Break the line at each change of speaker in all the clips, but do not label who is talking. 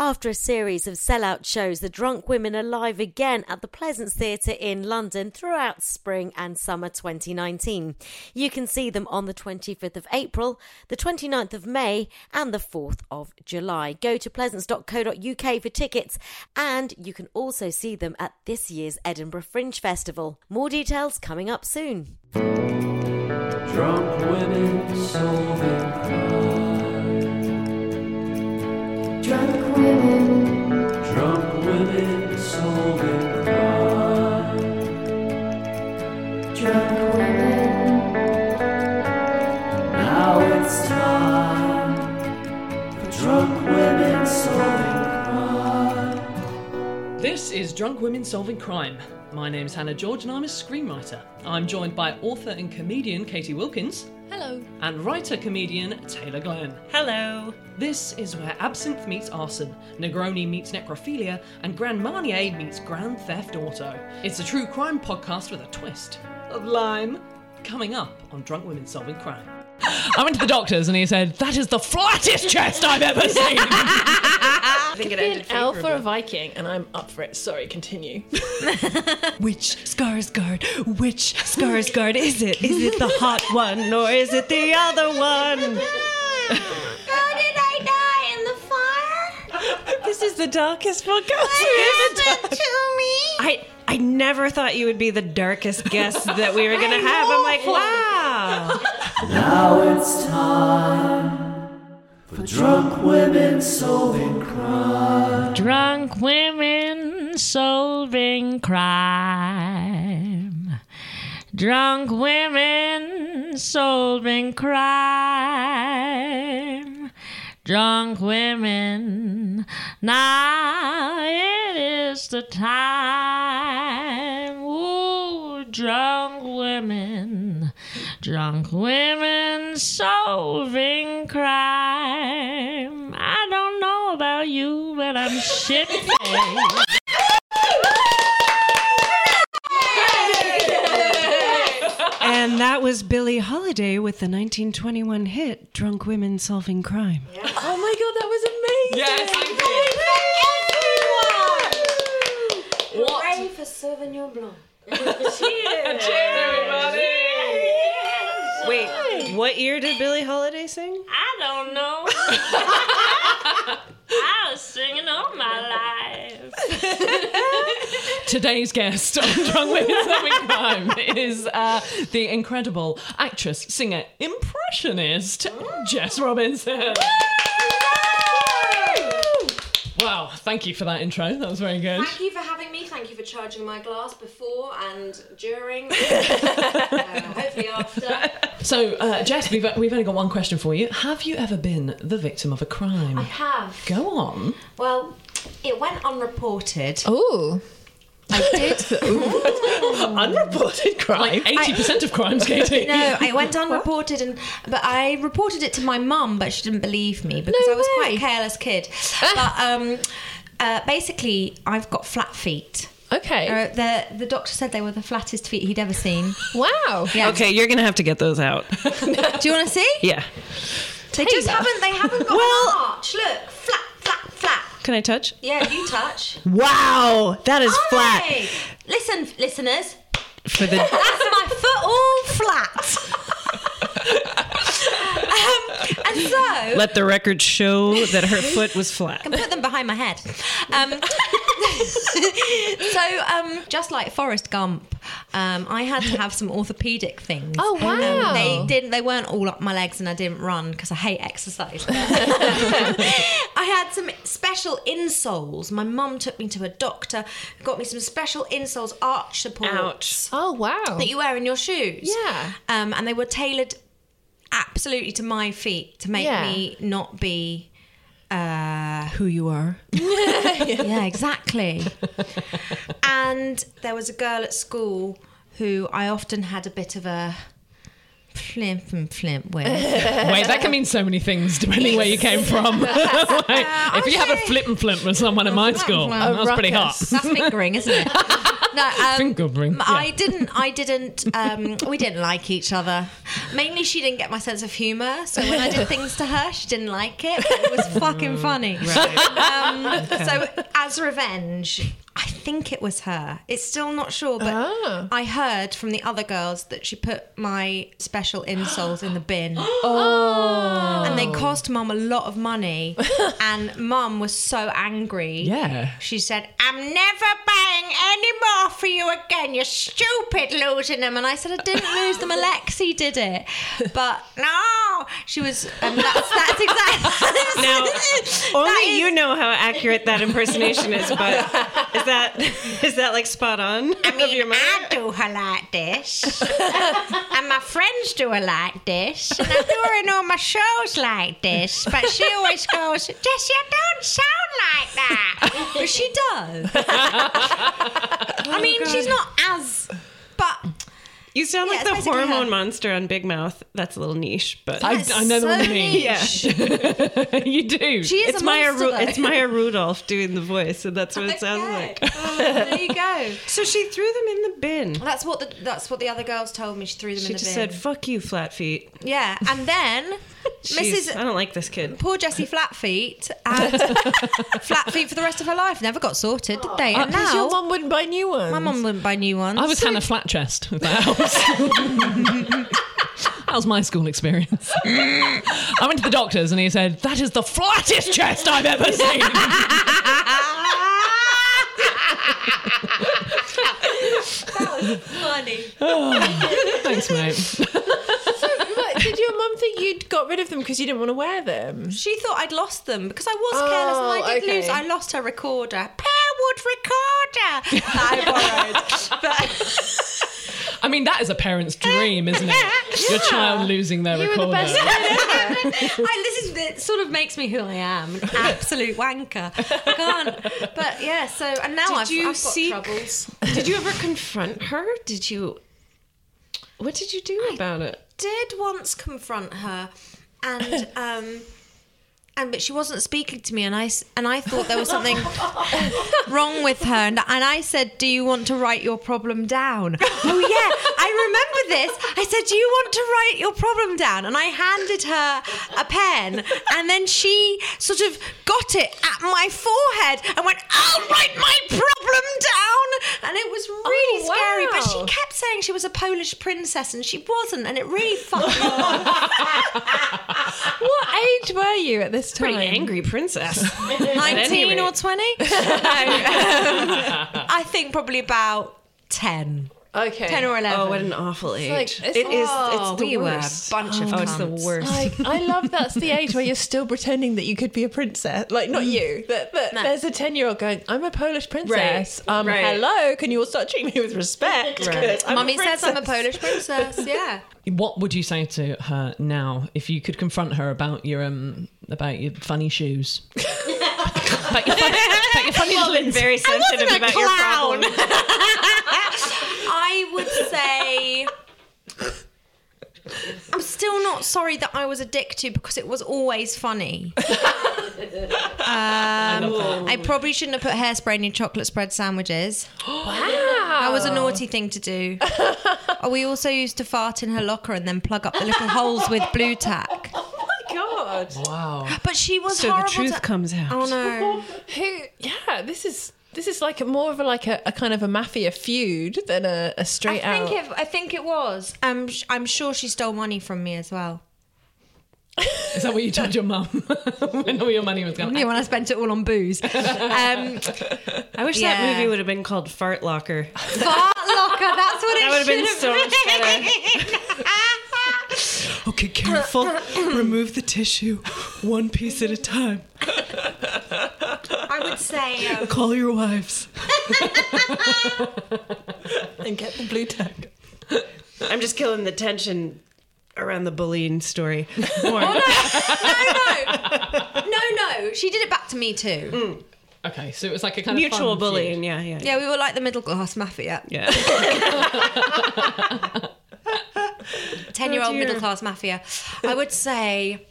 After a series of sellout shows, the drunk women are live again at the Pleasance Theatre in London throughout spring and summer 2019. You can see them on the 25th of April, the 29th of May, and the 4th of July. Go to pleasance.co.uk for tickets, and you can also see them at this year's Edinburgh Fringe Festival. More details coming up soon.
Drunk women solving crime. Drunk women. Drunk women solving crime. Drunk women. Now it's time for drunk women solving crime.
This is Drunk Women Solving Crime. My name's Hannah George and I'm a screenwriter. I'm joined by author and comedian Katie Wilkins. Hello. And writer comedian Taylor Glenn.
Hello.
This is where absinthe meets arson, Negroni meets necrophilia, and Grand Marnier meets Grand Theft Auto. It's a true crime podcast with a twist of lime. Coming up on Drunk Women Solving Crime. I went to the doctor's and he said, That is the flattest chest I've ever seen.
I think it
Be an
ended
elf or a
favorably.
Viking, and I'm up for it. Sorry, continue.
Which Skarsgård? Which Skarsgård is it? Is it the hot one or is it the other one?
How did I die in the fire?
This is the darkest podcast we've ever done.
to
I I never thought you would be the darkest guest that we were gonna have. I'm like, wow.
Now it's time for drunk women solving crime.
Drunk women solving crime. Drunk women solving crime. Drunk women, now it is the time. Ooh, drunk women, drunk women solving crime. I don't know about you, but I'm shit faced.
And that was Billie Holiday with the 1921 hit "Drunk Women Solving Crime."
oh my god, that was amazing!
Yes, thank you.
me? For Sauvignon Blanc.
Wait, what year did Billie Holiday sing?
I don't know. I was singing all my life.
Today's guest on Drunk Women Solving Crime is uh, the incredible actress, singer, impressionist Jess Robinson. Wow, thank you for that intro. That was very good.
Thank you for having me. Thank you for charging my glass before and during. uh, hopefully after.
So, uh, Jess, we've, we've only got one question for you. Have you ever been the victim of a crime?
I have.
Go on.
Well, it went unreported.
Oh. I did.
Unreported crime. Like 80% of crimes, Katie.
No,
I went unreported, and but I reported it to my mum, but she didn't believe me because
No
I was quite
way. Ah!
a careless kid. but um, uh, basically, I've got flat feet.
Okay.
Uh, the the doctor said they were the flattest feet he'd ever seen.
Wow.
Yeah.
Okay, you're gonna have to get those out.
Do you want to see?
Yeah.
They just
Taylor.
haven't. They haven't got
Well-
an arch. Look, flat, flat, flat.
Can I touch?
Yeah, you touch.
Wow, that is
Aren't
flat
they? Listen, listeners.
for the
That's my foot all flat. um, and so
Let the record show that her foot was flat.
can put them behind my head. Um, so, um, just like Forrest Gump, um, I had to have some orthopedic things.
Oh, wow.
Um, they didn't. They weren't all up my legs, and I didn't run because I hate exercise. I had some special insoles. My mum took me to a doctor, got me some special insoles, arch support
Ouch.
Oh wow.
that you wear in your shoes.
Yeah.
Um, and they were tailored absolutely to my feet to make
Yeah.
me not be uh, who you are. yeah, exactly. and there was a girl at school who I often had a bit of a flimp and flimp with.
Wait, that can mean so many things depending where you came from. Like, if you have a
actually-
flip and flimp with someone at my school,
flip. A
that's pretty hot.
ruckus.
That's fingering, isn't it? No, um,
Finger ring.
m- I didn't. I didn't. Um, we didn't like each other. Mainly, she didn't get my sense of humour. So when I did things to her, she didn't like it. But it was
Mm,
fucking funny. Um, So as revenge, I think it was her. It's still not sure, but
Ah.
I heard from the other girls that she put my special insoles in the bin.
Oh.
And they cost mum a lot of money. and mum was so angry.
Yeah.
She said, I'm never buying any more for you again. You're stupid losing them. And I said, I didn't lose them. Alexi did it. But no. She was, and that's, that's exactly.
Now,
That
Only
is-
you know how accurate that impersonation is, but is that is that like spot on
I
of your
mean,
mind?
I do her like this, and my friends do her like this, and I do her in all my shows like this. But she always goes, "Jess, you don't sound like that," but she does. I mean, she's not as, but
Oh You sound
Yeah,
like
it's
the
basically her.
hormone monster on Big Mouth. That's a little niche, but
I, I know the one you mean.
yeah, she
you do.
is
it's
a
Maya.
monster,
Ru-
though.
it's Maya Rudolph doing the voice, and that's what it sounds
Okay.
like.
Oh, there you go.
So she threw them in the bin.
That's what the that's what the other girls told me. She threw them
She
in the
just
bin.
said, "Fuck you, flat feet."
yeah, and then
Jeez,
Mrs.
I don't like this kid.
poor Jessie Flatfeet and Flatfeet for the rest of her life. Never got sorted, did they? And
Oh, Because your
now
mum wouldn't buy new ones.
my mum wouldn't buy new ones.
I was Hannah Flatchest. if That helps. That was my school experience. I went to the doctor's and he said, That is the flattest chest I've ever seen.
funny.
Thanks, mate.
But did your mum think you'd got rid of them because you didn't want to wear them? Oh,
She thought I'd lost them because I was careless and I did
okay.
lose. I lost her recorder, Pearwood recorder that I borrowed. But
I mean, that is a parent's dream, isn't it? Your child losing their
You were
recorder.
the best.
I, this is it. Sort of makes me who I am, an absolute wanker. I can't. But yeah. So and now I've, I've got trouble.
Did you ever confront her? Did you? What did you do about it?
did once confront her, and um, and but she wasn't speaking to me, and I s- and I thought there was something wrong with her, and, and I said, "Do you want to write your problem down?" oh yeah, I remember this. I said, Do you want to write your problem down? And I handed her a pen, and then she sort of got it at my forehead and went, I'll write my problem down. And it was really
Oh,
scary, but
wow.
she kept saying she was a Polish princess, and she wasn't, and it really fucked me off.
what age were you at this time? Pretty angry
princess.
19 or 20? No, um, I think probably about 10.
Okay.
10 or 11.
Oh, what an awful age!
like-
it
it's
is.
Oh,
It's the
we were a
worst.
bunch of
oh, it's the
cunts.
worst.
Like, I love that's the age where you're still pretending that you could be a princess. Like, not you, but, but
No.
there's a 10 year old going, I'm a Polish princess. Um, Hello, can you all start treating me with respect? 'Cause I'm a
Mummy says I'm a
princess."
Polish princess. Yeah.
What would you say to her now if you could confront her about your um about your funny shoes? about your funny, about your funny lint.
very sensitive
wasn't a
about your
clown.
problem.
I would say I'm still not sorry that I was a dick to because it was always funny. um, I, probably shouldn't have put hairspray in your chocolate spread sandwiches. wow. That was a naughty thing to do. Oh, we also used to fart in her locker and then plug up the little holes with blue tack.
God.
Wow.
But she was
So the
horrible.
truth
to-
comes out.
Oh no.
Who, yeah, this is. This is like a, more of a like a, a kind of a mafia feud than a, a
I
straight out.
think it, I think it was. Um, sh- I'm sure she stole money from me as well.
Is that what you told your mum when all your money was going?
Yeah, when I spent it all on booze. Um,
I wish
Yeah.
that movie would have been called Fart Locker.
fart locker. That's what
That
it
would've
should
been
have
so much
Okay, careful. Remove the tissue, one piece at a time.
I would say. Um,
Call your wives.
and get the blue tag.
I'm just killing the tension around the bullying story. More.
no, no, no, no. She did it back to me too.
Okay, so it was like a kind
Mutual
of fun feud.
bullying. Yeah, Mm. yeah,
Yeah, we were like the middle class mafia.
yeah. Oh,
Ten year old middle class mafia. I would say.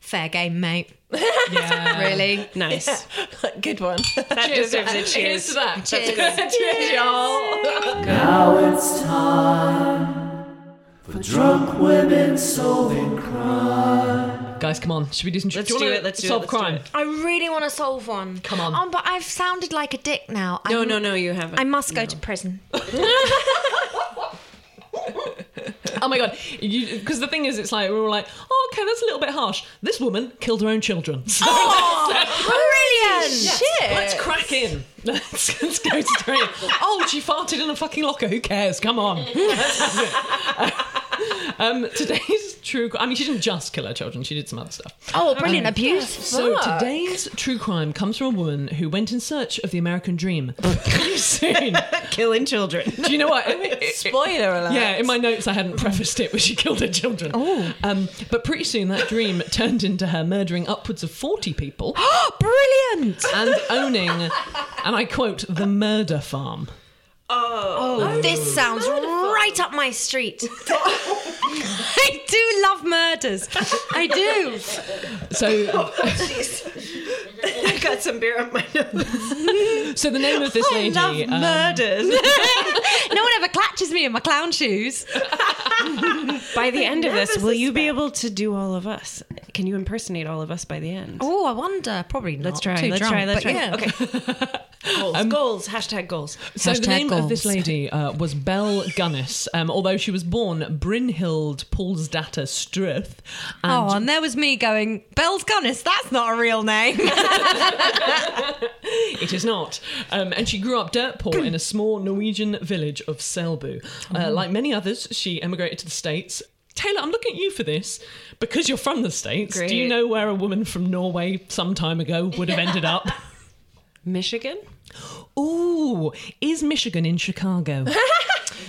Fair game, mate.
Yeah.
Really.
Nice.
Good one.
That deserves a
Here's to
cheers.
that.
Cheers.
Cheers, y'all.
Now it's time for drunk women solving crime.
Guys, come on. Should we do some?
Let's
you
do
wanna
it, let's do it,
solve
let's do
crime.
it.
I really want to solve one.
Come on.
Um, but I've sounded like a dick now.
No,
I'm-
no, no. You haven't.
I must go to prison.
Oh my god! Because the thing is, it's like we're all like, oh, okay, that's a little bit harsh. This woman killed her own children. So
Oh, Brilliant!
Shit.
let's crack in. Let's, let's go to train. oh, she farted in a fucking locker. Who cares? Come on. Let's have it. um, today's true. cri- I mean, she didn't just kill her children. She did some other stuff. Um,
Oh, brilliant abuse.
So today's true crime comes from a woman who went in search of the American dream. Pretty soon.
Killing children.
Do you know what? It- it-
Spoiler alert.
Yeah, in my notes I hadn't prefaced it where she killed her children. Oh. Um, but pretty soon that dream turned into her murdering upwards of 40 people
Brilliant!
and owning, and I quote, the murder farm.
Oh, this sounds
Oh.
right up my street. I do love murders. I do.
So,
I got some beer on my nose.
so the name of this lady.
Love
um,
murders.
No one ever clatches me in my clown shoes.
By the end of this, will you be able to do all of us? Can you impersonate all of us by the end?
Oh, I wonder. Probably not.
Let's try.
Too
Let's
drunk,
try. Let's
but
try. Okay. goals. goals. Hashtag goals.
um, So
Hashtag
the name of this
goals.
lady uh, was Belle Gunnis, um, although she was born Brynhild Paulsdatter Struth. And
Oh, and there was me going, Belle's Gunnis, that's not a real name.
It is not. Um, and she grew up dirt poor in a small Norwegian village of Selbu. Uh, like many others, she emigrated to the States. Taylor, I'm looking at you for this because you're from the States. Do you
Great.
know where a woman from Norway some time ago would have ended up?
Michigan?
Ooh, is Michigan in Chicago?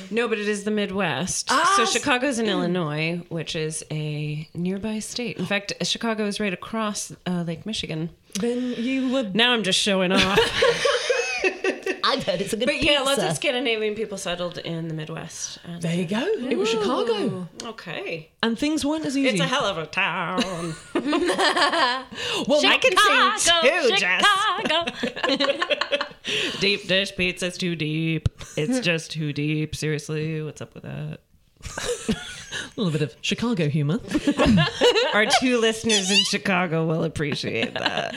No, but it is the Midwest. so Chicago's in Illinois, which is a nearby state. In fact, Chicago is right across uh, Lake Michigan.
then you were.
Now I'm just showing off.
I
that. It's a good
But yeah, lots of
pizza.
Scandinavian people settled in the Midwest. And
There you go. It was Chicago.
Okay.
And things weren't as easy.
It's a hell of a town.
well,
I can sing
Chicago,
too, Jess. deep dish pizza's too deep. It's just too deep. Seriously, what's up with that?
A little bit of Chicago humor.
Our two listeners in Chicago will appreciate that.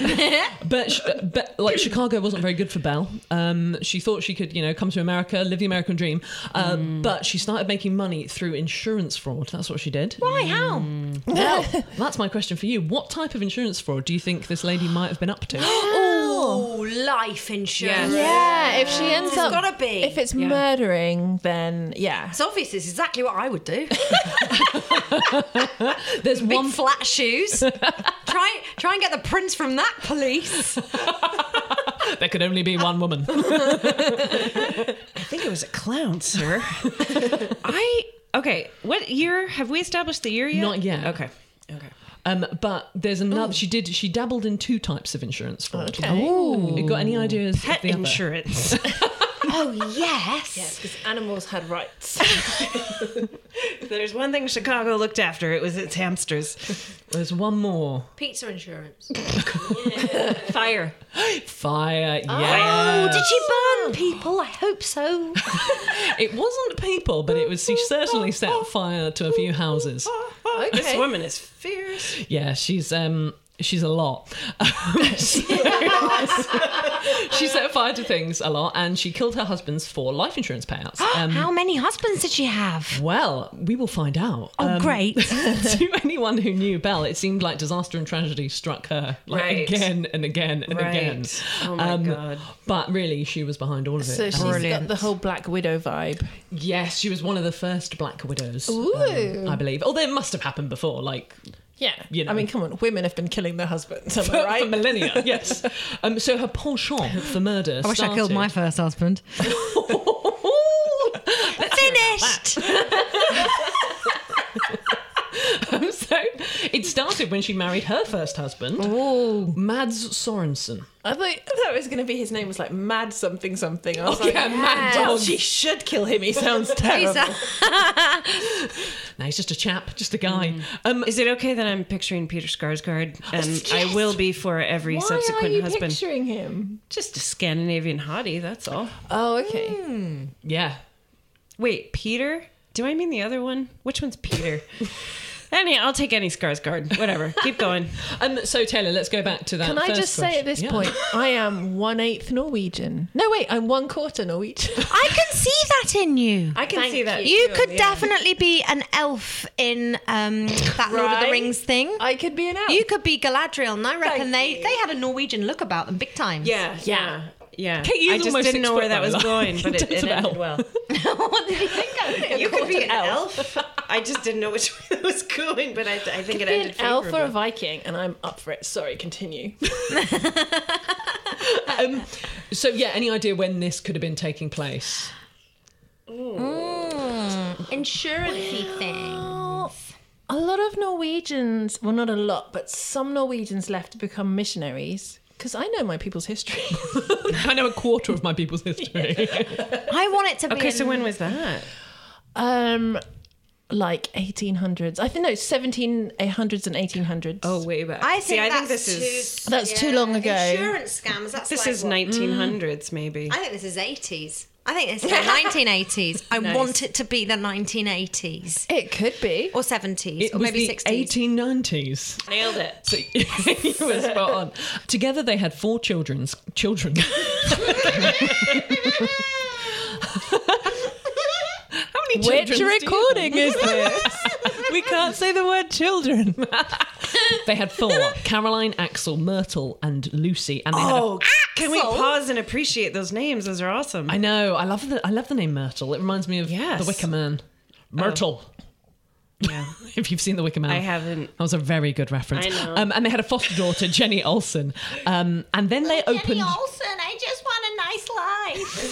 but, sh- but like Chicago wasn't very good for Belle. Um, she thought she could, you know, come to America, live the American dream. Uh, But she started making money through insurance fraud. That's what she did.
Why? How?
Well, that's my question for you. What type of insurance fraud do you think this lady might have been up to?
Oh, life insurance.
Yeah, if she ends
it's
up,
gotta be.
If it's murdering, then yeah.
it's obvious. It's exactly what I would do.
There's
Big
one.
flat shoes. try, try and get the prints from that police.
there could only be one woman.
I think it was a clown, sir. I okay. What year have we established the year yet?
Not yet.
Okay. Okay. Oh.
Um, but there's another. She did. She dabbled in two types of insurance fraud.
Okay.
You got any ideas? of
Pet
the other?
insurance.
Oh yes.
Because animals had rights.
If There's one thing Chicago looked after. It was its hamsters.
There's one more.
Pizza insurance.
Fire.
Fire. Yeah.
Oh, did she burn people? I hope so.
It wasn't people, but it was. She certainly set fire to a few houses.
Oh, This woman is fierce.
Yeah, she's um she's a lot. So- she set fire to things a lot, and she killed her husbands for life insurance payouts. Um,
How many husbands did she have?
well, we will find out.
Oh,
Um,
great.
to anyone who knew Belle, it seemed like disaster and tragedy struck her like
Right.
again and again and again. Um,
Right. Oh my God.
But really, she was behind all of it.
so she's got
Brilliant.
the whole Black Widow vibe.
yes, she was one of the first Black Widows, um,
Ooh.
I believe. Although it must have happened before, like
yeah.
you know.
I mean, come on, women have been killing their husbands, am
for,
I
for
right?
millennia. Yes. Um, so her penchant for murder.
I wish I killed my first husband. Finished.
so it started when she married her first husband, Mads Sorensen.
I thought, I thought it was going to be his name was like Mad something something. I was like,
yeah, Mad
"Oh,
Dog.
she should kill him. He sounds terrible.
No, he's just a chap, just a guy. Um,
Mm. Is it okay that I'm picturing Peter Skarsgård? And I will be for every
Why are
subsequent
you
husband.
picturing him?
Just a Scandinavian hottie, that's all.
Oh, okay.
yeah.
Wait, Peter? Do I mean the other one? Which one's Peter? any, I'll take any Skarsgård. Whatever. Keep going.
Um, so Taylor, let's go back to that.
Can I
Uh, first
just say at
question.
this
Yeah.
point, I am one eighth Norwegian. No, wait, I'm one quarter Norwegian.
I can see that in you.
I can see that.
You could definitely be an elf in um, that Lord of the
Right.
Rings thing.
I could be an elf.
You could be Galadriel, and I reckon
Thank
they, they had a Norwegian look about them big time.
Yeah, yeah, yeah.
Kate, you
I just
almost
didn't know where
explained
that
my
was
line.
going, but it,
It's
it
about-
ended well.
what did you think of it?
You could be an elf. I just didn't know which way that was going, but I, I think it
be
ended
an elf or
favorably.
a Viking, and I'm up for it. Sorry, continue.
So yeah, any idea when this could have been taking place?
Mm. Insurance thing.
a lot of Norwegians, well, not a lot, but some Norwegians left to become missionaries. Because I know my people's history.
I know a quarter of my people's history.
I want it to be.
Okay, so
in-
when was that?
um, like 1800s. I think no, 1700s and 1800s.
Oh, way back.
I think,
See, I
that's
think this
too,
is
That's too long ago.
Insurance scams. That's
this
like
is
what-
Mm.
1900s, maybe.
I think this is 80s. I think it's the 1980s. I want it to be the 1980s
It could be.
or 70s
It
or
was
maybe
the
60s.
1890s.
Nailed it.
So you were spot on. Together, they had four children's children. How many children?
Which recording is this? we can't say the word children.
They had four: Caroline, Axel, Myrtle, and Lucy. And they had a
Oh, can we pause and appreciate those names? Those are awesome.
I know. I love the I love the name Myrtle. It reminds me of
Yes. Oh.
the Wicker Man. Myrtle.
Yeah.
If you've seen the Wicker Man,
I haven't.
That was a very good reference.
I know.
Um, and they had a foster daughter, Jenny Olsen. Um, and then they
Olsen,
opened.
I just want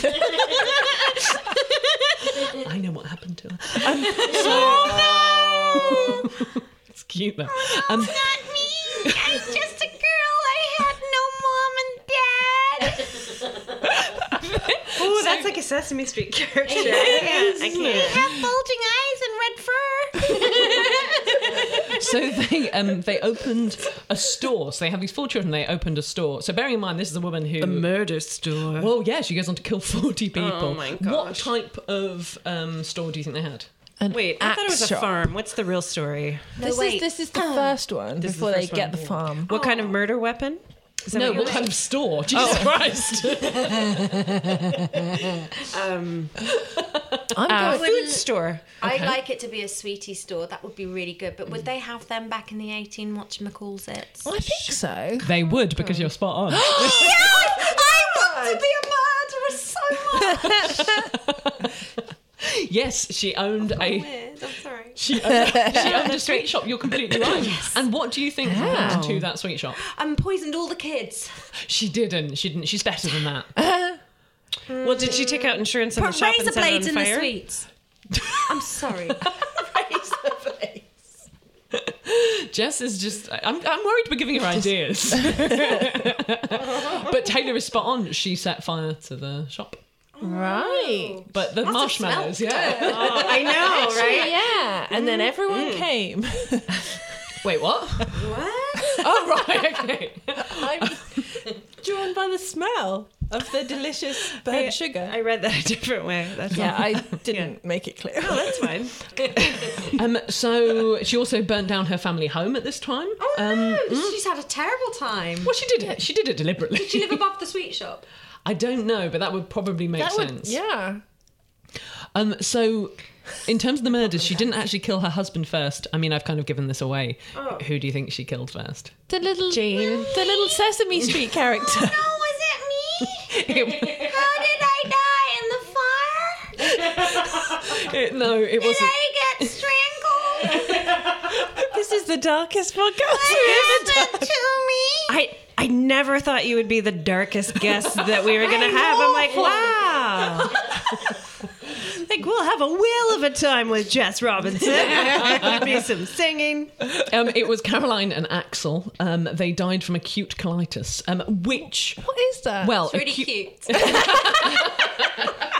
a nice life.
I know what happened to her. Um, so-
Oh,
it's cute though. Um,
Not me. I'm just a girl. I had no mom and dad.
sounds like a Sesame Street character.
Yeah, I
can't.
He has bulging eyes and red fur.
so they um, they opened a store. So they have these four children. They opened a store. So bearing in mind, this is a woman who a
murder store.
Well, yeah, she goes on to kill forty people.
Oh my
What type of um, store do you think they had?
Wait, I thought it was a
axe shop.
farm. What's the real story?
this is this is the first one
This is the
before they
first
get
one.
the farm.
What kind of murder weapon? Is that
No,
you're
what kind of
Oh.
store? Jesus Christ!
um,
I'm
uh,
going-
food store.
I'd like it to be a sweetie store. That would be really good. But would they have them back in the 18 whatchamacallits? it?
I think so.
They would
Oh.
because you're spot on.
I want to be a murderer so
yes, she owned
Oh,
a.
I'm sorry.
She owned, she owned a sweet shop. You're completely right. And what do you think
Wow.
happened to that sweet shop?
And poisoned all the kids.
She didn't. She didn't. She's better than that.
Well, did she take out insurance on the
Put
shop
razor
and set it
blades
on
in
fire?
the sweets. I'm sorry.
Jess is just. I'm, I'm worried we're giving her ideas. but Taylor is spot on. She set fire to the shop.
Right.
But the marshmallows, yeah.
I know,
Actually,
right?
Yeah. Mm-hmm. Mm. And then everyone came.
Wait, what?
What?
oh, right, okay.
I'm drawn by the smell of the delicious burnt
I-
sugar.
I read that a different way. That's
yeah,
all.
I didn't make it clear.
No, that's fine.
Um, so she also burnt down her family home at this time. Oh, um, mm.
She's had a terrible time.
Well, she did it. She did it deliberately.
Did she live above the sweet shop?
I don't know, but that would probably make
That would-
sense.
yeah.
Um, so, in terms of the murders, she didn't actually kill her husband first. I mean, I've kind of given this away.
Oh.
Who do you think she killed first?
The little Jane. The little Sesame Street character.
Was it me? How did I die in the fire?
It- no, it
did
wasn't.
I get strangled?
This is the darkest
What
podcast we've ever
happened
done.
to me?
I I never thought you would be the darkest guest that we were gonna
I'm
have. I'm like,
awful.
wow. like we'll have a whale of a time with Jess Robinson. There'll be some singing.
Um, it was Caroline and Axel. Um, they died from acute colitis, um, which
What is that?
Well, It's really
cute.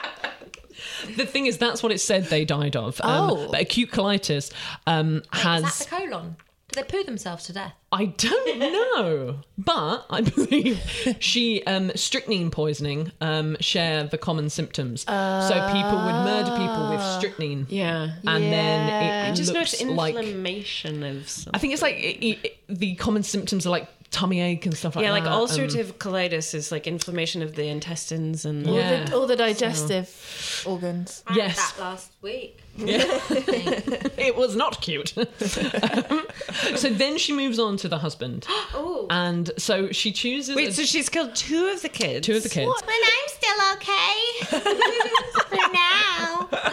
the thing is, that's what it said they died of. Um,
Oh.
But acute colitis um, has.
Is that the colon? Do they poo themselves to death?
I don't know, but I believe she um, strychnine poisoning um, share the common symptoms. so people would murder people with strychnine.
Yeah,
and then it
I just
looks
noticed
like
inflammation of. Something.
I think it's like it, it, the common symptoms are like tummy ache and stuff like
yeah,
that. um,
like ulcerative colitis is like inflammation of the intestines and
All the- Yeah.
All the digestive organs.
Um, yes.
last week.
it was not cute. Um, so then she moves on to the husband,
Oh.
and so she chooses.
Wait, so she's killed two of the kids.
Two of the kids.
When I'm still okay. For now.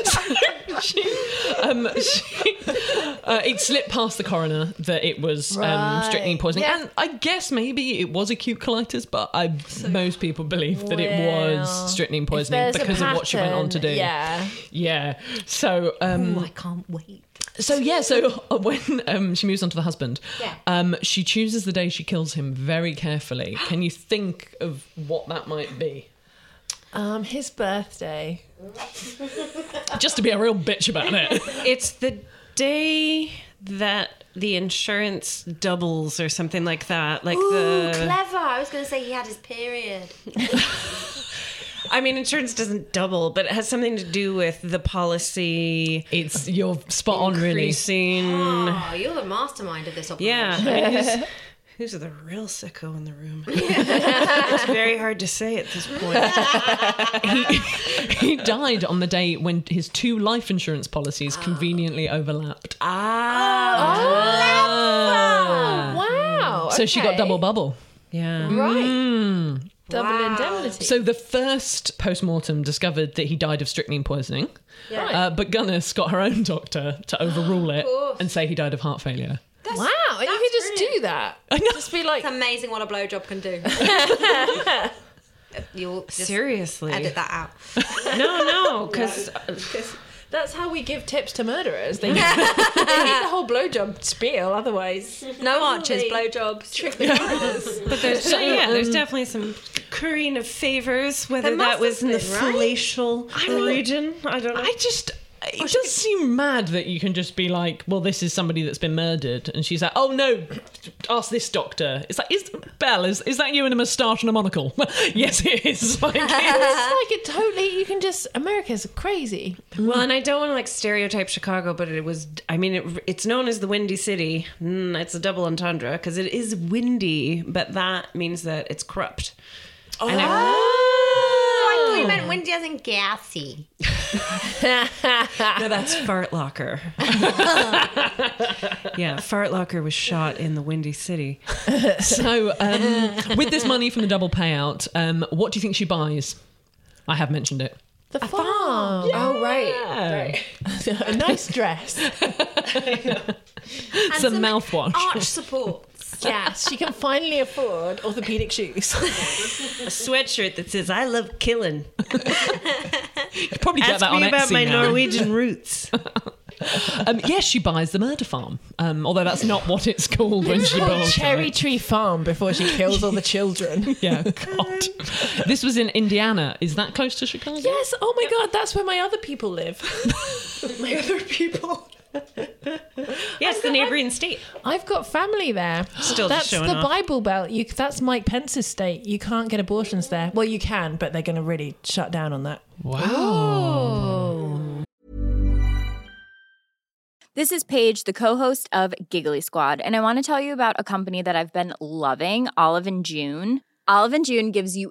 she, um, she, uh, it slipped past the coroner that it was um,
Right.
strychnine poisoning,
Yeah.
and I guess maybe it was acute colitis, but I most people believe that it
Well,
was strychnine
if
poisoning
there's a
because of what she went on to do.
pattern, yeah.
yeah. So um,
I can't wait.
so yeah, so uh, when um, she moves on to the husband,
Yeah.
um, she chooses the day she kills him very carefully. Can you think of what that might be?
Um, his birthday.
Just to be a real bitch about it.
It's the day that the insurance doubles or something like that. Like
Ooh,
the
clever. I was going to say he had his period.
I mean, insurance doesn't double, but it has something to do with the policy.
It's you're spot on, really.
Mm.
Increasing.
Oh, you're the mastermind of this operation.
Yeah. I mean, who's, who's the real sicko in the room? it's very hard to say at this point.
he died on the day when his two life insurance policies
Ah.
conveniently overlapped. Ah.
Wow.
So she got
okay.
double bubble. Yeah. Mm.
Right. Double indemnity.
So the first post-mortem discovered that he died of strychnine poisoning.
Yeah.
Uh, but Gunness got her own doctor to overrule it
course.
and say he died of heart failure.
wow. And you could just do that. Just be like,
It's amazing what a blowjob can do. You'll just
Seriously.
edit that out.
No, no, because
That's how we give tips to murderers. They,
they
they
need
need the whole blowjob spiel, otherwise.
No arches, blowjobs.
Trick
But there's so, yeah,
um,
there's definitely some currying of favors, whether that was in the facial region. I don't know.
I just. It does seem mad that you can just be like, well, this is somebody that's been murdered. And she's like, oh no, ask this doctor. It's like, is Belle, is, is that you in a moustache and a monocle? yes, it is. Like,
it's
it's-
like it totally. You can just America's crazy.
Well, and I don't want to like stereotype Chicago, but it was. I mean, it, it's known as the Windy City. Mm, it's a double entendre because it is windy, but that means that it's corrupt.
Oh,
And it-
Oh, I thought you
Oh.
meant windy as in gassy.
no, that's Fart Locker. yeah, Fart Locker was shot in the Windy City.
so, um, with this money from the double payout, um, what do you think she buys? I have mentioned it.
The farm.
Oh,
right. a nice dress.
Some mouthwash.
Arch support.
Yes, she can finally afford orthopedic shoes.
a sweatshirt that says "I love killing."
Could probably get
Ask
that on
me about
Etsy
my
now.
Norwegian roots.
Um, yes, she buys the murder farm, um, although that's not what it's called when she
Called
bought it.
Cherry Tree Farm before she kills all the children.
Yeah, God. This was in Indiana. Is that close to Chicago?
Yes. Oh my God, that's where my other people live. my other people.
Yes, the neighboring state.
I've got family there.
Still
that's
just showing
the
off.
Bible Belt. You, that's Mike Pence's state. You can't get abortions there. Well, you can, but they're going to really shut down on that.
Wow. This is Paige, the co-host of Giggly Squad, and I want to tell you about a company that I've been loving, Olive and June. Olive and June gives you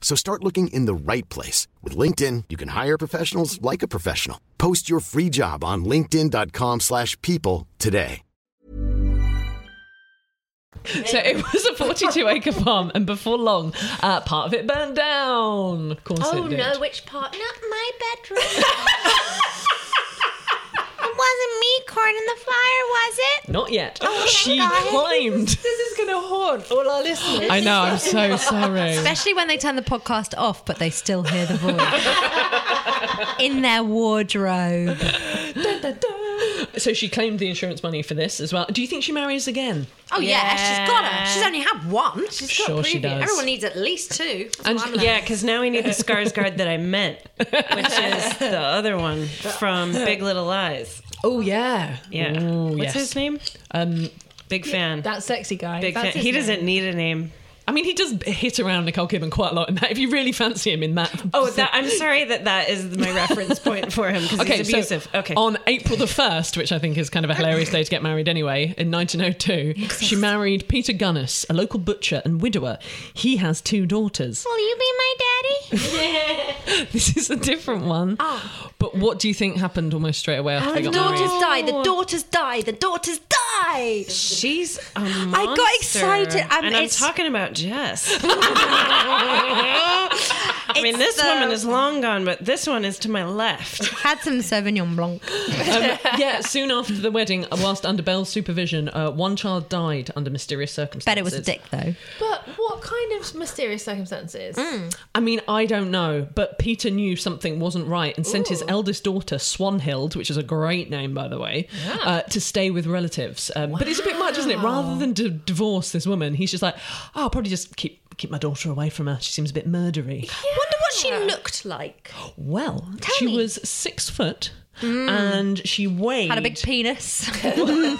So start looking in the right place. With LinkedIn, you can hire professionals like a professional. Post your free job on linkedin.com/people slash people today.
So it was a 42 acre farm, and before long, uh, part of it burned down. Of course
oh
it did.
no, which part? Not my bedroom. it wasn't me corn in the fire, was it?
Not yet.
Oh, thank
she
God.
climbed.
This is going to haunt all our listeners.
I know, I'm so sorry.
Especially when they turn the podcast off, but they still hear the voice in their wardrobe.
So she claimed the insurance money for this as well. Do you think she marries again?
Oh yeah, she's got her. She's only had one. She's got
Sure
previous.
she does.
Everyone needs at least two. That's
And
what I'm
yeah,
learning.
because now we need the scars guard that I meant, which is the other one from Big Little Lies.
Oh yeah,
yeah.
Ooh,
What's
yes.
his name?
Uh,
Um,
Big fan.
That sexy guy.
Big fan. He doesn't need a name.
I mean, he does hit around Nicole Kidman quite a lot in that. If you really fancy him in that.
Oh, that, I'm sorry that that is my reference point for him because he's
so
abusive. okay.
On April the 1st, which I think is kind of a hilarious day to get married anyway, in 1902, she married Peter Gunness, a local butcher and widower. He has two daughters.
Will you be my daddy?
This is a different one. But what do you think happened almost straight away after
Oh,
they
the
got
daughters
married?
die. The daughters die. The daughters die.
She's a
I got excited. Um,
I'm, and I'm
it's-
talking about Jess. I mean, this
the-
woman is long gone, but this one is to my left.
Had some Sauvignon Blanc.
Um, yeah, soon after the wedding, whilst under Belle's supervision, uh, one child died under mysterious circumstances.
Bet it was a dick, though.
But what kind of mysterious circumstances?
Mm.
I mean, I don't know, but Peter knew something wasn't right and sent his eldest daughter, Swanhild, which is a great name, by the way, uh, to stay with relatives. Um, But it's a bit much, isn't it? Rather than d- divorce this woman, he's just like, oh, I'll probably just keep keep my daughter away from her. She seems a bit murdery.
Wonder what she looked like.
Well, she was six foot
Mm.
and she weighed.
Had a big penis. so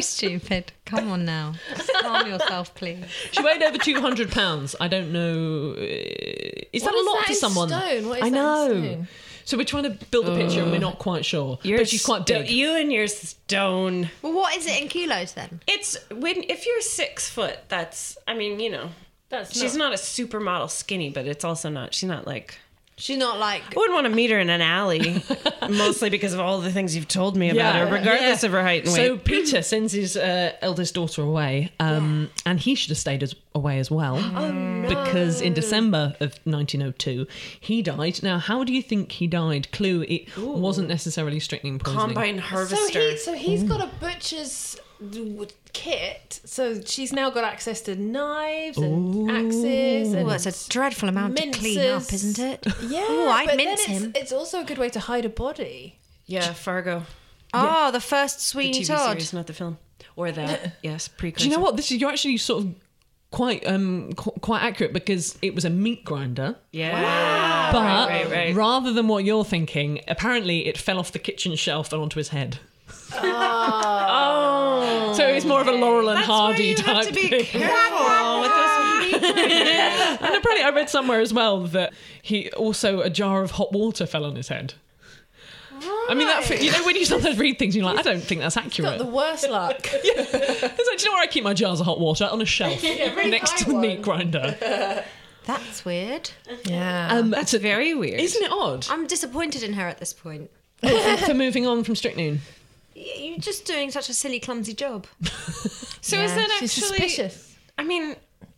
stupid. Come on now. Just calm yourself, please.
She weighed over 200 pounds. I don't know. uh,
What
Is that
is
a lot
that
to
in
someone?
stone? What is
I
that in
know.
stone?
So we're trying to build a picture and we're
Ugh.
not quite sure.
You're
but she's quite
sto-
big.
You and your stone.
Well, what is it in kilos then?
It's when if you're six foot, that's I mean, you know,
That's
she's not, a supermodel skinny, but it's also not. She's not like
she's not like.
I wouldn't want to meet her in an alley, mostly because of all the things you've told me about her, regardless
yeah.
of her height and
So
weight.
Peter sends his uh, eldest daughter away, um, and he should have stayed as, away as well. Oh, no. Because in December of 1902, he died. Now, how do you think he died? Clue, it wasn't necessarily strychnine poisoning.
So, he, so he's got a butcher's w- kit. So she's now got access to knives and axes. And
Well, it's a dreadful amount to clean up,
minces.
isn't it?
Yeah,
Ooh, I'd
but
mince
then it's,
him.
It's also a good way to hide a body.
Yeah, Fargo.
Oh, the first Sweeney
TV
Todd.
series, not the film, or that. yes, precursor.
Do you know what? This is you're actually sort of quite um qu- quite accurate because it was a meat grinder.
Yeah.
But
Right, right, right.
rather than what you're thinking, apparently it fell off the kitchen shelf and onto his head.
Oh.
So it's more of a Laurel and Hardy type thing. and apparently, I read somewhere as well that he also a jar of hot water fell on his head. I mean, that you know when you sometimes read things, you're like, I don't think that's
Got
accurate.
the worst luck.
It's like, do you know where I keep my jars of hot water on a shelf
Yeah, very
next
high
to the meat grinder?
That's weird.
Yeah.
Um, that's
very weird.
Isn't it odd?
I'm disappointed in her at this point.
for moving on from strychnine.
Y- You're just doing such a silly, clumsy job.
So is that actually? I mean,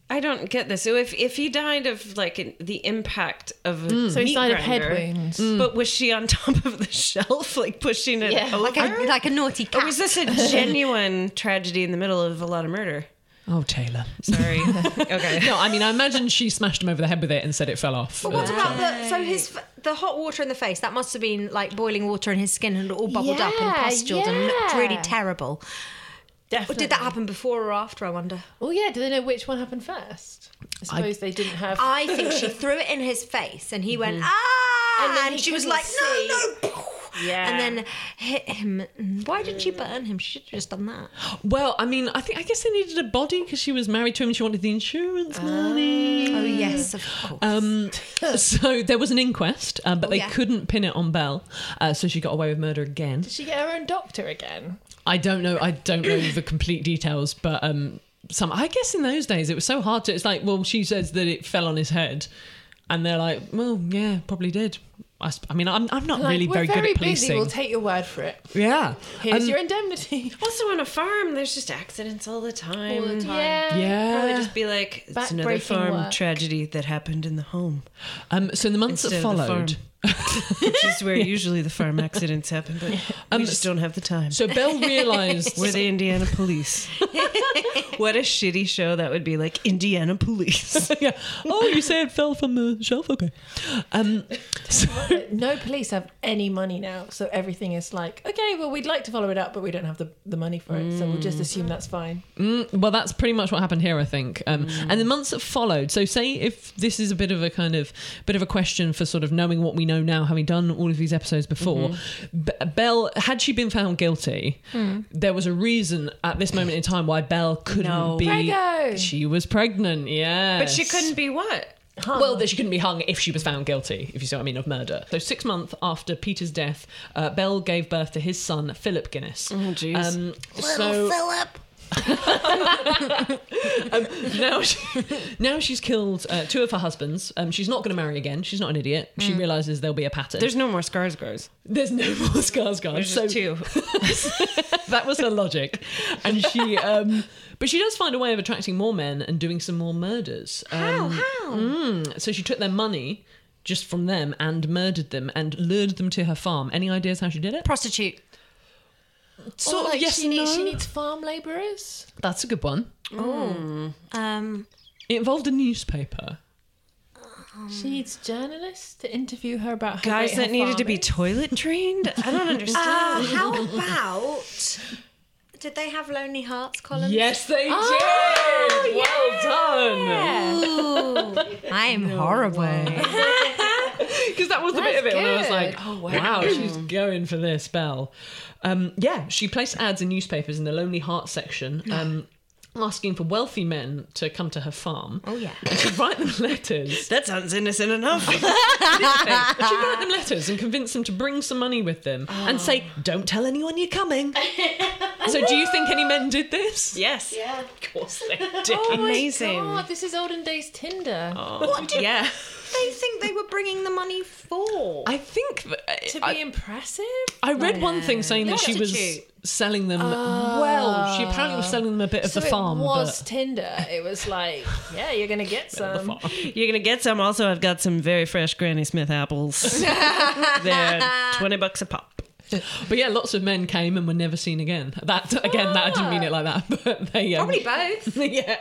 I don't get this. So if if he died of like an, the impact of a
Mm. So he
meat
died of head
grinder,
wounds.
Mm.
but was she on top of the shelf, like pushing it
Yeah,
over?
like a- like a naughty
Or was this a genuine tragedy in the middle of a lot of murder?
Oh, Taylor.
Sorry. okay.
No, I mean, I imagine she smashed him over the head with it and said it fell off. Uh,
But what about the so his f- the hot water in the face? That must have been like boiling water in his skin and all bubbled up and
Yeah,
pustuled and looked
yeah.
really terrible. Or Did that happen before or after? I wonder.
Oh yeah. Do they know which one happened first? I
I-
suppose they didn't have.
I think she threw it in his face and he went
Mhm.
ah,
And
and,
then he
she was
couldn't
like no, no,
yeah,
and then hit him. Why didn't she burn him? She should have just done that.
Well, I mean, I think I guess they needed a body because she was married to him. and She wanted the insurance
Ah.
money.
Oh yes, of course.
Um, so there was an inquest, um, but
Oh,
they
yeah.
couldn't pin it on Bell, uh, so she got away with murder again.
Did she get her own doctor again?
I don't know. I don't know the complete details, but um, some. I guess in those days it was so hard to. It's like, well, she says that it fell on his head, and they're like, well, yeah, probably did. I, sp- I mean, I'm I'm not
Like,
really
we're
very,
very
good at
busy,
policing.
We'll take your word for it.
yeah.
Here's
Um,
your indemnity.
Also on a farm, there's just accidents all the time.
All the time. Yeah.
Yeah.
Probably just be like it's another
Backbreaking
farm
work.
tragedy that happened in the home.
Um, so in the months that
Instead of the farm,
followed,
which is where usually the farm accidents happen, but
Um,
we just don't have the time.
so Bell realised-
we're the Indiana Police. what a shitty show that would be! Like Indiana Police.
yeah. Oh, you say it fell from the shelf? Okay. Um,
no police have any money now, so everything is like, okay, well, we'd like to follow it up, but we don't have the, the money for it, so we'll just assume that's fine.
Mm, well, that's pretty much what happened here, I think. Um,
Mm.
And the months that followed. So, say if this is a bit of a kind of bit of a question for sort of knowing what we know now, having done all of these episodes before,
Mm-hmm.
B- Bell had she been found guilty,
Hmm.
there was a reason at this moment in time why Bell couldn't
No.
be.
Prego.
She was pregnant, yeah.
But she couldn't be what?
Well, that she couldn't be hung if she was found guilty, if you see what I mean, of murder. So, six months after Peter's death, uh, Bell gave birth to his son, Philip Guinness. Oh,
jeez.
Um,
Little
so
Philip.
now, she, now she's killed uh, two of her husbands. Um, she's not going to marry again. She's not an idiot. She realizes there'll be a pattern.
There's no more scars, guys.
There's no more scars, guys.
There's
So
just two.
that was her logic, and she. Um, but she does find a way of attracting more men and doing some more murders. How?
how?
so she took their money. Just from them and murdered them and lured them to her farm. Any ideas how she did it?
Prostitute.
Sort
Or,
of
like,
yes
she,
and
needs,
no.
she needs farm labourers.
That's a good one.
Mm.
Um,
It involved a newspaper.
She
Um,
needs journalists to interview her about how
Guys
great
that
her
needed to be
farm
toilet trained. I don't understand.
Uh, how Ah, about Did they have Lonely Hearts columns?
Yes, they did.
Oh,
well
done. I am horrible.
Because that was a bit of it, and I was like, oh wow,
Mm.
she's going for this bell. Um, yeah, she placed ads in newspapers in the Lonely Hearts section. Um, Asking for wealthy men to come to her farm. Oh yeah, and she'd write them letters.
That sounds innocent enough.
she'd write them letters and convince them to bring some money with them, and say,
Oh.
"Don't tell anyone you're coming." so, do you think any men did this?
Yes.
Yeah.
Of course they did. Oh,
Oh my god, this is olden days Tinder.
What did they think they were bringing the money for?
I think
to be
I-
impressive?
I read one thing saying that she was
Prostitute.
selling them.
Oh.
well, she apparently was selling them a bit of
Oh. So
the farm.
It was
but
Tinder. It was like, yeah, you're gonna get some.
You're gonna get some. Also, I've got some very fresh Granny Smith apples. They're twenty bucks a pop.
but yeah, lots of men came and were never seen again. That again, that I didn't mean it like that, but they um,
both.
yeah.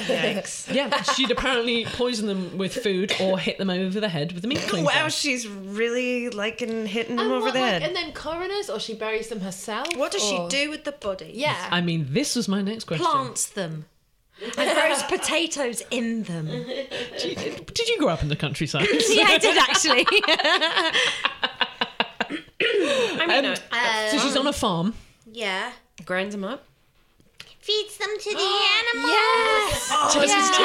Yikes.
Yeah, she'd apparently poisoned them with food or hit them over the head with a meat cleaver.
Wow, she's really liking hitting them
And
over
what,
the
like,
head.
and then coroners, or she buries them herself.
What does
or-
she do with the body?
Yeah.
I mean, this was my next question.
Plants them. And grows potatoes in them.
Did you grow up in the countryside?
yeah, I did actually.
Um,
I mean, uh,
so she's on a farm.
Um, yeah.
grinds them up.
Feeds them to the
Oh,
animals.
Oh,
Jess Oh, is too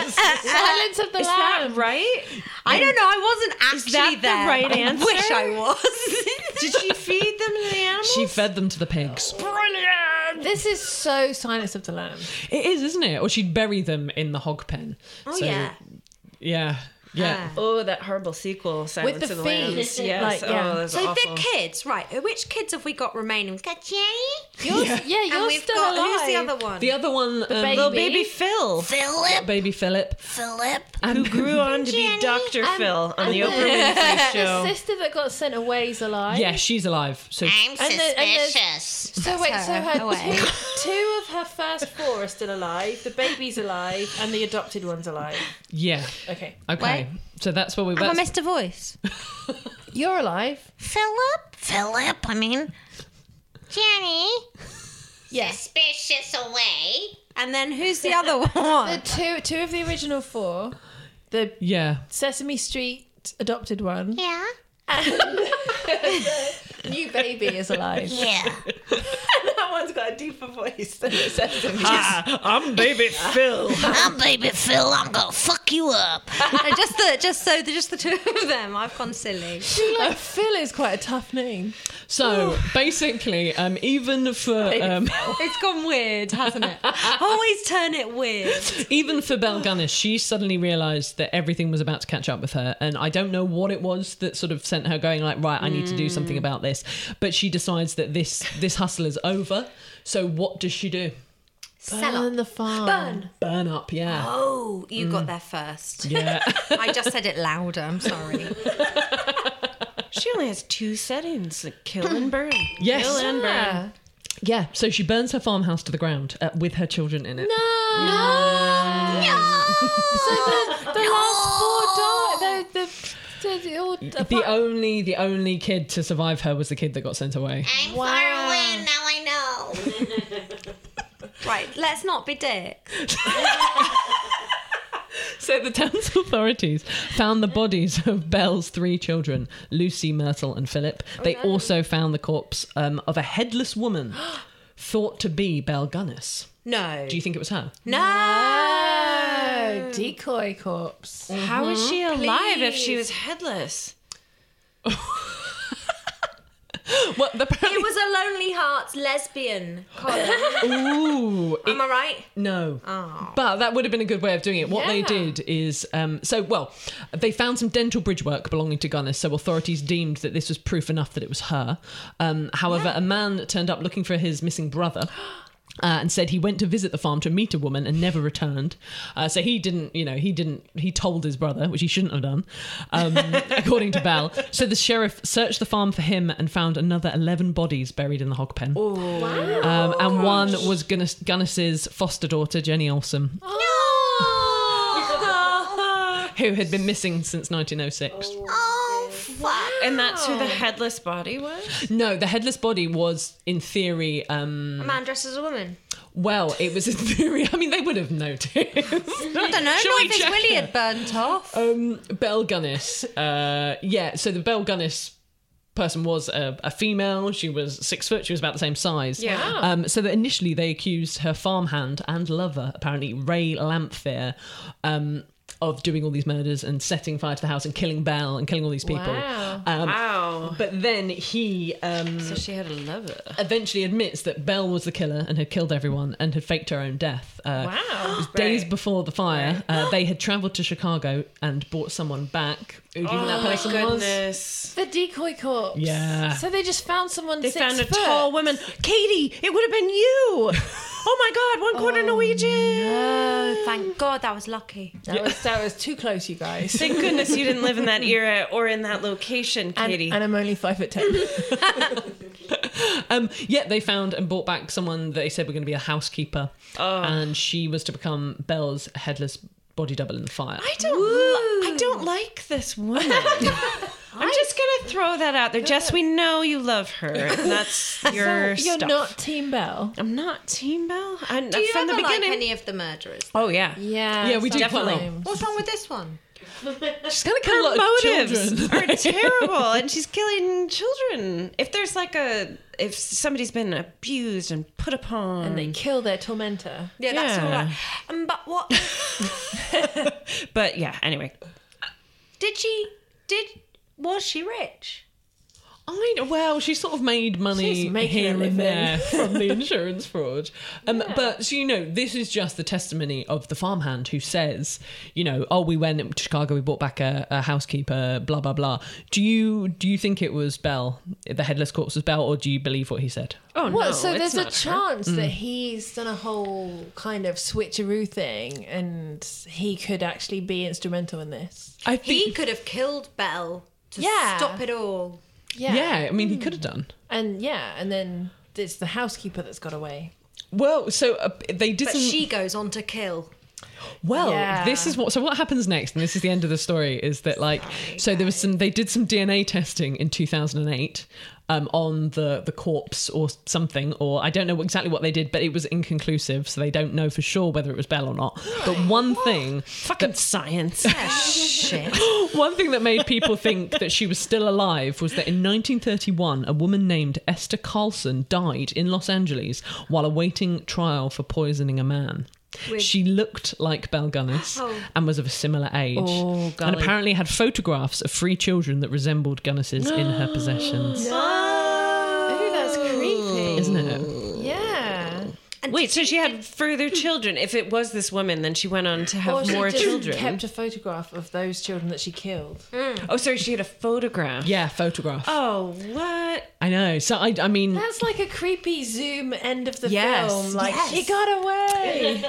at this.
Silence of the
Is that
Lambs. right?
I don't know. I wasn't actually
that the
there.
right
I
answer?
wish I was.
Did she feed them to the animals?
She fed them to the pigs.
Brilliant. This is so Silence of the Lambs.
It is, isn't it? Or she'd bury them in the hog pen.
oh
So,
yeah. Ah.
Yeah. Yeah.
Oh, that horrible sequel, Silence
the
of the Lambs.
feet.
Yes.
Like, yeah.
Oh, that's
So
awful.
they're kids, right? Uh, Which kids have we got remaining? We've got Jerry.
Yours, yeah. yours
and we've
still
got
alive.
who's the other one?
The other one, um,
baby.
Little baby Phil,
Philip,
baby Philip.
Philip.
who grew on to be Doctor
I'm-
Phil on
I'm
the
the-
Oprah Winfrey
The
Show.
sister that got sent away is alive.
Yeah, she's alive. So
Ah.
I'm
And the- and the-
suspicious.
So wait, so her
away.
two, two of her first four are still alive. The baby's alive, and the adopted one's alive.
yeah.
Okay,
Okay. So that's what we.
Have I
That's,
missed a voice?
you're alive.
Philip, Philip. I mean, Jenny.
Yes.
Suspicious away.
And then who's the other
The
one?
two, two of the original four, the
yeah.
Sesame Street adopted one,
Yeah.
new baby is alive.
Yeah.
that one's got a deeper voice than the Sesame.
Ah, I'm baby Phil.
I'm baby Phil. I'm gonna fuck you up.
No, just the just so the, just the two of them. I've gone silly.
like Phil is quite a tough name.
So
Oh.
basically, um, even for um,
It's gone weird, hasn't it? Always turn it weird.
even for Belle Gunness, she suddenly realised that everything was about to catch up with her, and I don't know what it was that sort of sent her going like, right, I need to do
Mm.
something about this. But she decides that this this hustle is over. So what does she do?
Sell up.
the farm.
Burn.
Burn up, yeah. Mm.
Oh, you got there first.
Yeah.
I just said it louder. I'm sorry.
She only has two settings: kill and burn.
Yes.
kill and burn.
Yeah, so she burns her farmhouse to the ground uh, with her children in it.
Oh, The last four die. The the, the, the, all-
The only the only kid to survive her was the kid that got sent away.
I'm far away now. I know.
Right, let's not be dick.
So the town's authorities found the bodies of Belle's three children, Lucy, Myrtle, and Philip.
Oh,
They also found the corpse um, of a headless woman thought to be Belle Gunness.
No.
Do you think it was her?
no decoy corpse.
How is she
Mm-hmm.
alive if she was headless?
Well, apparently,
It was a Lonely Hearts lesbian column.
ooh, it-
Am I right?
No. But that would have been a good way of doing it. What they
Yeah.
did is um, so, well, they found some dental bridge work belonging to Gunness, so authorities deemed that this was proof enough that it was her. Um, however, a man turned up looking for his missing brother. Uh, and said he went to visit the farm to meet a woman and never returned. Uh, so he didn't, you know, he didn't, he told his brother, which he shouldn't have done, um, according to Bell. So the sheriff searched the farm for him and found another 11 bodies buried in the hog pen. Um, and one was Gunness, Gunness's foster daughter, Jenny Olsen,
Oh.
oh, who had been missing since 1906.
Oh fuck
And that's who the headless body was?
No, the headless body was, in theory, um,
A man dressed as a woman.
well, it was in theory. I mean, they would have noticed. I Mm.
I don't know. not if his willy had burnt off.
Um, Bell Gunnis. Uh, yeah, so the Bell Gunnis person was a, a female. She was six foot. She was about the same size.
Yeah. Wow.
Um, so that initially they accused her farmhand and lover, apparently Ray Lamphere, um, of doing all these murders and setting fire to the house and killing Bell and killing all these people.
Wow.
Um,
Wow.
But then he. Um,
So she had a lover.
eventually admits that Belle was the killer and had killed everyone and had faked her own death. Uh,
Wow.
it was
Right.
days before the fire, uh, they had travelled to Chicago and brought someone back. Who do
Oh.
you think that
Oh
person was?
The decoy corpse.
Yeah.
So they just found someone.
They
six
found a
foot.
tall woman. Katie, it would have been you. oh my God, one quarter Norwegian.
thank God that was lucky.
That, was, that was too close, you guys.
Thank goodness you didn't live in that era or in that location,
And-
Katie.
and I'm only five foot ten.
Um, yeah, they found and brought back someone that they said were going to be a housekeeper, and she was to become Belle's headless body double in the fire.
I don't. Li- I don't like this woman. I'm just gonna throw that out there. Jess, we know you love her. And that's your
so you're
stuff.
not Team Bell.
I'm not Team Bell. I'm
Do you
from the
ever like
beginning.
Any of the murderers.
oh yeah.
Yeah.
Yeah, we do quite a lot.
sometimes.
What's wrong with this one?
She's going to kill a
Her
lot of
motives
children.
are terrible, and she's killing children. If there's like a if somebody's been abused and put upon,
And they kill their tormentor.
Yeah, that's all
Yeah.
right. Um, but what
but yeah. Anyway,
did she did? Was she rich?
I know. Well, she sort of made money
She's making a
here
living.
and there from the insurance fraud. Um, But so you know, this is just the testimony of the farmhand who says, you know, oh, we went to Chicago, we bought back a, a housekeeper, blah blah blah. Do you do you think it was Bell, the headless corpse was Bell, or do you believe what he said? Mm.
oh
What?
no,
so
it's
there's a
not her.
chance that he's done a whole kind of switcheroo thing, and he could actually be instrumental in this.
I
He
think.
could have killed Belle to
Yeah.
stop it all.
Yeah.
yeah, I
Hmm.
mean, he could have done.
And yeah, and then it's the housekeeper that's got away.
Well, so uh, they did
But
some-
she goes on to kill.
Well,
Yeah.
this is what. So what happens next, and this is the end of the story, is that like, so there was some. They did some DNA testing in 2008 um, on the the corpse or something, or I don't know exactly what they did, but it was inconclusive, so they don't know for sure whether it was Bell or not. But one thing,
Fucking science.
Shit.
one thing that made people think that she was still alive was that in 1931, a woman named Esther Carlson died in Los Angeles while awaiting trial for poisoning a man. She looked like Belle Gunnis and was of a similar age.
Oh, golly.
and apparently had photographs of three children that resembled Gunnis's in her possessions.
Oh, that's creepy.
Isn't it?
Yeah.
Wait, so she had further children. If it was this woman, then Hmm. she went on to have
Or she
more
just
children.
kept a photograph of those children that she killed.
Oh, sorry, she had a photograph.
Yeah, photograph.
Oh, what?
I know. So I, I mean,
That's like a creepy zoom end of the
Yes,
film. Like
yes.
she got away.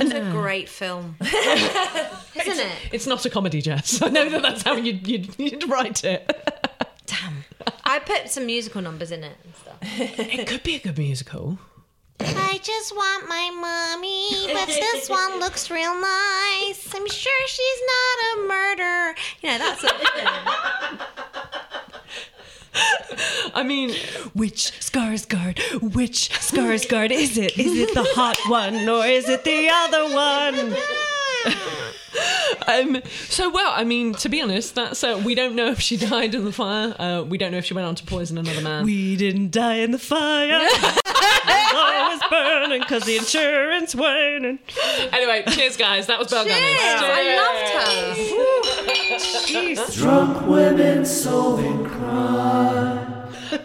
It's a great film, isn't it?
it's not a comedy, Jess. I know that that's how you'd, you'd, you'd write it.
I put some musical numbers in it and stuff.
It could be a good musical.
I just want my mommy, but this one looks real nice. I'm sure she's not a murderer.
You know, that's sort of thing.
I mean,
Which Skarsgård? Which Skarsgård is it? Is it the hot one or is it the other one?
Um, so well, I mean, to be honest, that's uh, we don't know if she died in the fire. Uh, we don't know if she went on to poison another man.
We didn't die in the fire. I was burning because the insurance went.
anyway, cheers, guys. That was Bell Gunners.
I loved her.
Drunk women solving crime.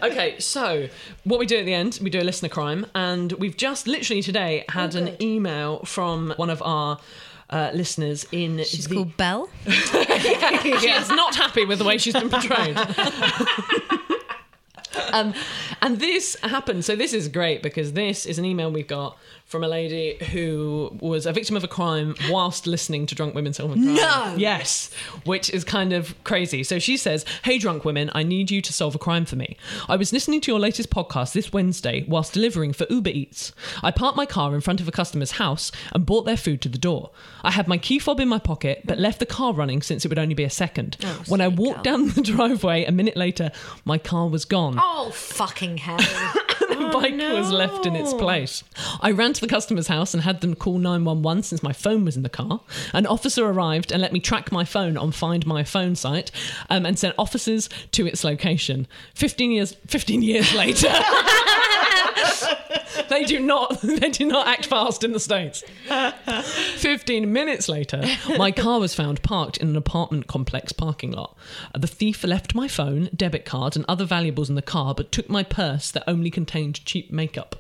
Okay, so what we do at the end, we do a listener crime, and we've just literally today
Oh,
had an email from one of our. Uh, listeners in
She's
the-
called Belle.
she is not happy with the way she's been portrayed. um, And this happened. So this is great because this is an email we got from a lady who was a victim of a crime whilst listening to Drunk Women Solving Crime.
No!
Yes, which is kind of crazy. So she says, "Hey, drunk women, I need you to solve a crime for me. I was listening to your latest podcast this Wednesday whilst delivering for Uber Eats. I parked my car in front of a customer's house and brought their food to the door. I had my key fob in my pocket, but left the car running since it would only be a second. when I walked down the driveway a minute later, my car was gone.
Oh, fucking hell.
The bike was left in its place. I ran to the customer's house and had them call 911 since my phone was in the car. An officer arrived and let me track my phone on Find My Phone site um, and sent officers to its location. 15 years 15 years later. they do not they do not act fast in the states. 15 minutes later, my car was found parked in an apartment complex parking lot. The thief left my phone, debit card, and other valuables in the car, but took my purse that only contained cheap makeup.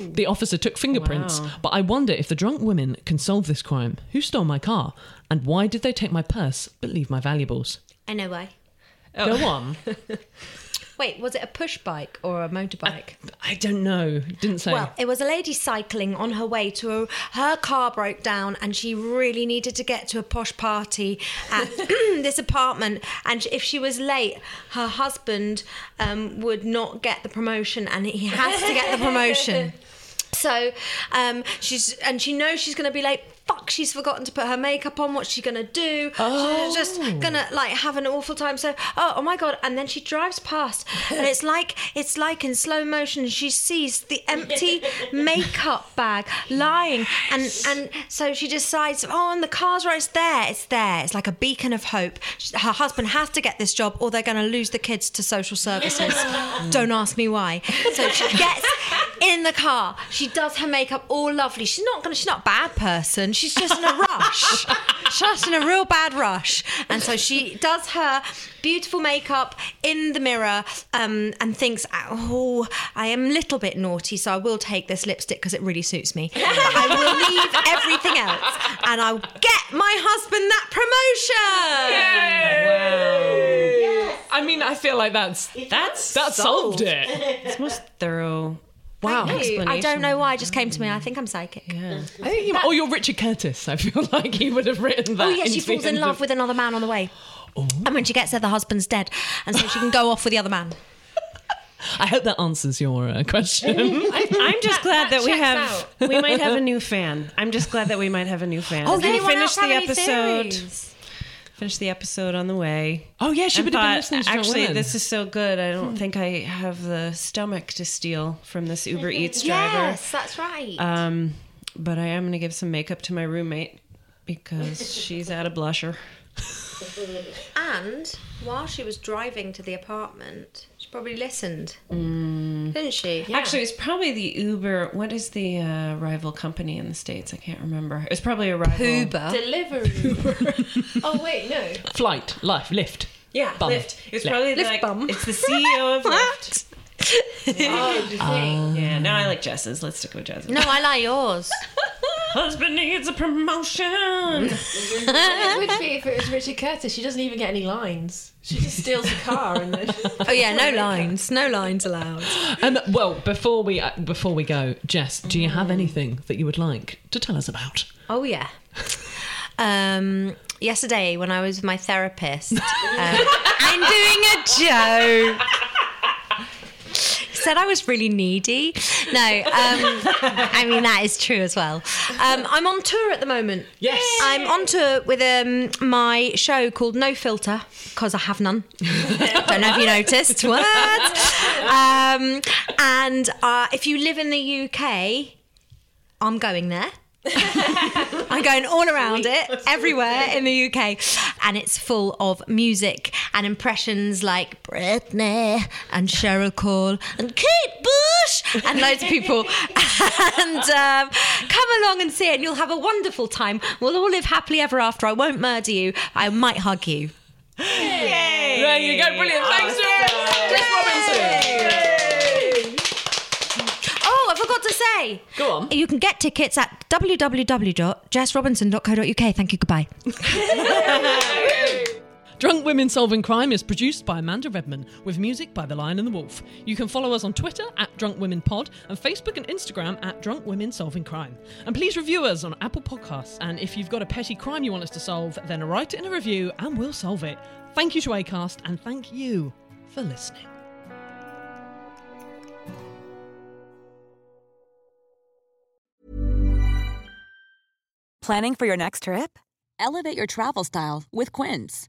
The officer took fingerprints,
Wow.
but I wonder if the drunk women can solve this crime. Who stole my car? And why did they take my purse but leave my valuables?
I know why.
Go on.
Wait, was it a push bike or a motorbike?
I don't know. Didn't say.
Well, it was a lady cycling on her way to a, her car broke down and she really needed to get to a posh party at this apartment. And if she was late, her husband um, would not get the promotion and he has to get the promotion. So um, she's and she knows she's going to be late. Fuck, she's forgotten to put her makeup on. What's she going to do? She's just going to like have an awful time. So oh, oh my god! And then she drives past, and it's like it's like in slow motion. She sees the empty makeup bag lying, and and so she decides, oh, and the car's right it's there. It's there. It's like a beacon of hope. She- Her husband has to get this job, or they're going to lose the kids to social services. Don't ask me why. So she gets in the car. She does her makeup all lovely. She's not gonna. She's not a bad person. She's just in a rush. she's just in a real bad rush. And so she does her beautiful makeup in the mirror um, and thinks, "Oh, I am a little bit naughty, so I will take this lipstick because it really suits me. But I will leave everything else, and I'll get my husband that promotion."
I mean, I feel like that's that's that solved it.
It's
most thorough.
Wow.
I don't know why. It just came to me. I think I'm psychic. Yeah.
I think you, oh, or you're Richard Curtis. I feel like he would have written that.
Oh yeah, she
into the
falls in
end
love
of-
with another man on the way. And when she gets there, the husband's dead, and so she can go off with the other man.
I hope that answers your uh, question.
I, I'm just glad that, we
checks
have we might have a new fan. I'm just glad that we might have a new fan.
Oh,
And
does
we
anyone
finished
else have any
Finish the episode on the way.
Oh yeah, she
And
would have been
thought,
listening to Drunk
Actually,
Women."
this is so good. I don't think I have the stomach to steal from this Uber Eats driver.
Yes, that's right.
Um, but I am going to give some makeup to my roommate because she's at a blusher.
and while she was driving to the apartment, she probably listened, didn't she?
Mm. Actually, it's probably the Uber. What is the uh, rival company in the states? I can't remember. It's probably a rival.
Delivery. oh wait, no.
Flight, life, lift.
Yeah,
Bum.
Lyft. It's
Lyft.
probably
Lyft
like
bum.
it's the CEO of Lyft.
Oh, you think?
yeah, no, I like Jess's. Let's stick with Jess's.
no, I like yours.
Husband needs a promotion.
it would be if it was Richard Curtis. She doesn't even get any lines. She just steals a car and then.
Oh yeah, no lines, no lines allowed.
Um, well, before we uh, before we go, Jess, do you have anything that you would like to tell us about?
Oh yeah. Um, yesterday, when I was with my therapist, um, I'm doing a joke. Said I was really needy. No, um, I mean that is true as well. Um, I'm on tour at the moment.
Yes,
I'm on tour with um, my show called No Filter because I have none. Don't know if you noticed. What? Um, and uh, if you live in the UK, I'm going there. I'm going all around it, everywhere in the UK. And it's full of music and impressions like Britney and Cheryl Cole and Kate Bush and loads of people. and um, come along and see it, and you'll have a wonderful time. We'll all live happily ever after. I won't murder you, I might hug you.
There you go, brilliant. Thanks, Jess. Jess Robinson.
Oh, I forgot to say.
Go on.
You can get tickets at www.jessrobinson.co.uk. Thank you. Goodbye.
Drunk Women Solving Crime is produced by Amanda Redman with music by The Lion and the Wolf. You can follow us on Twitter at Drunk Women Pod and Facebook and Instagram at Drunk Women Solving Crime. And please review us on Apple Podcasts. And if you've got a petty crime you want us to solve, then write it in a review and we'll solve it. Thank you to ACAST and thank you for listening.
Planning for your next trip? Elevate your travel style with Quince.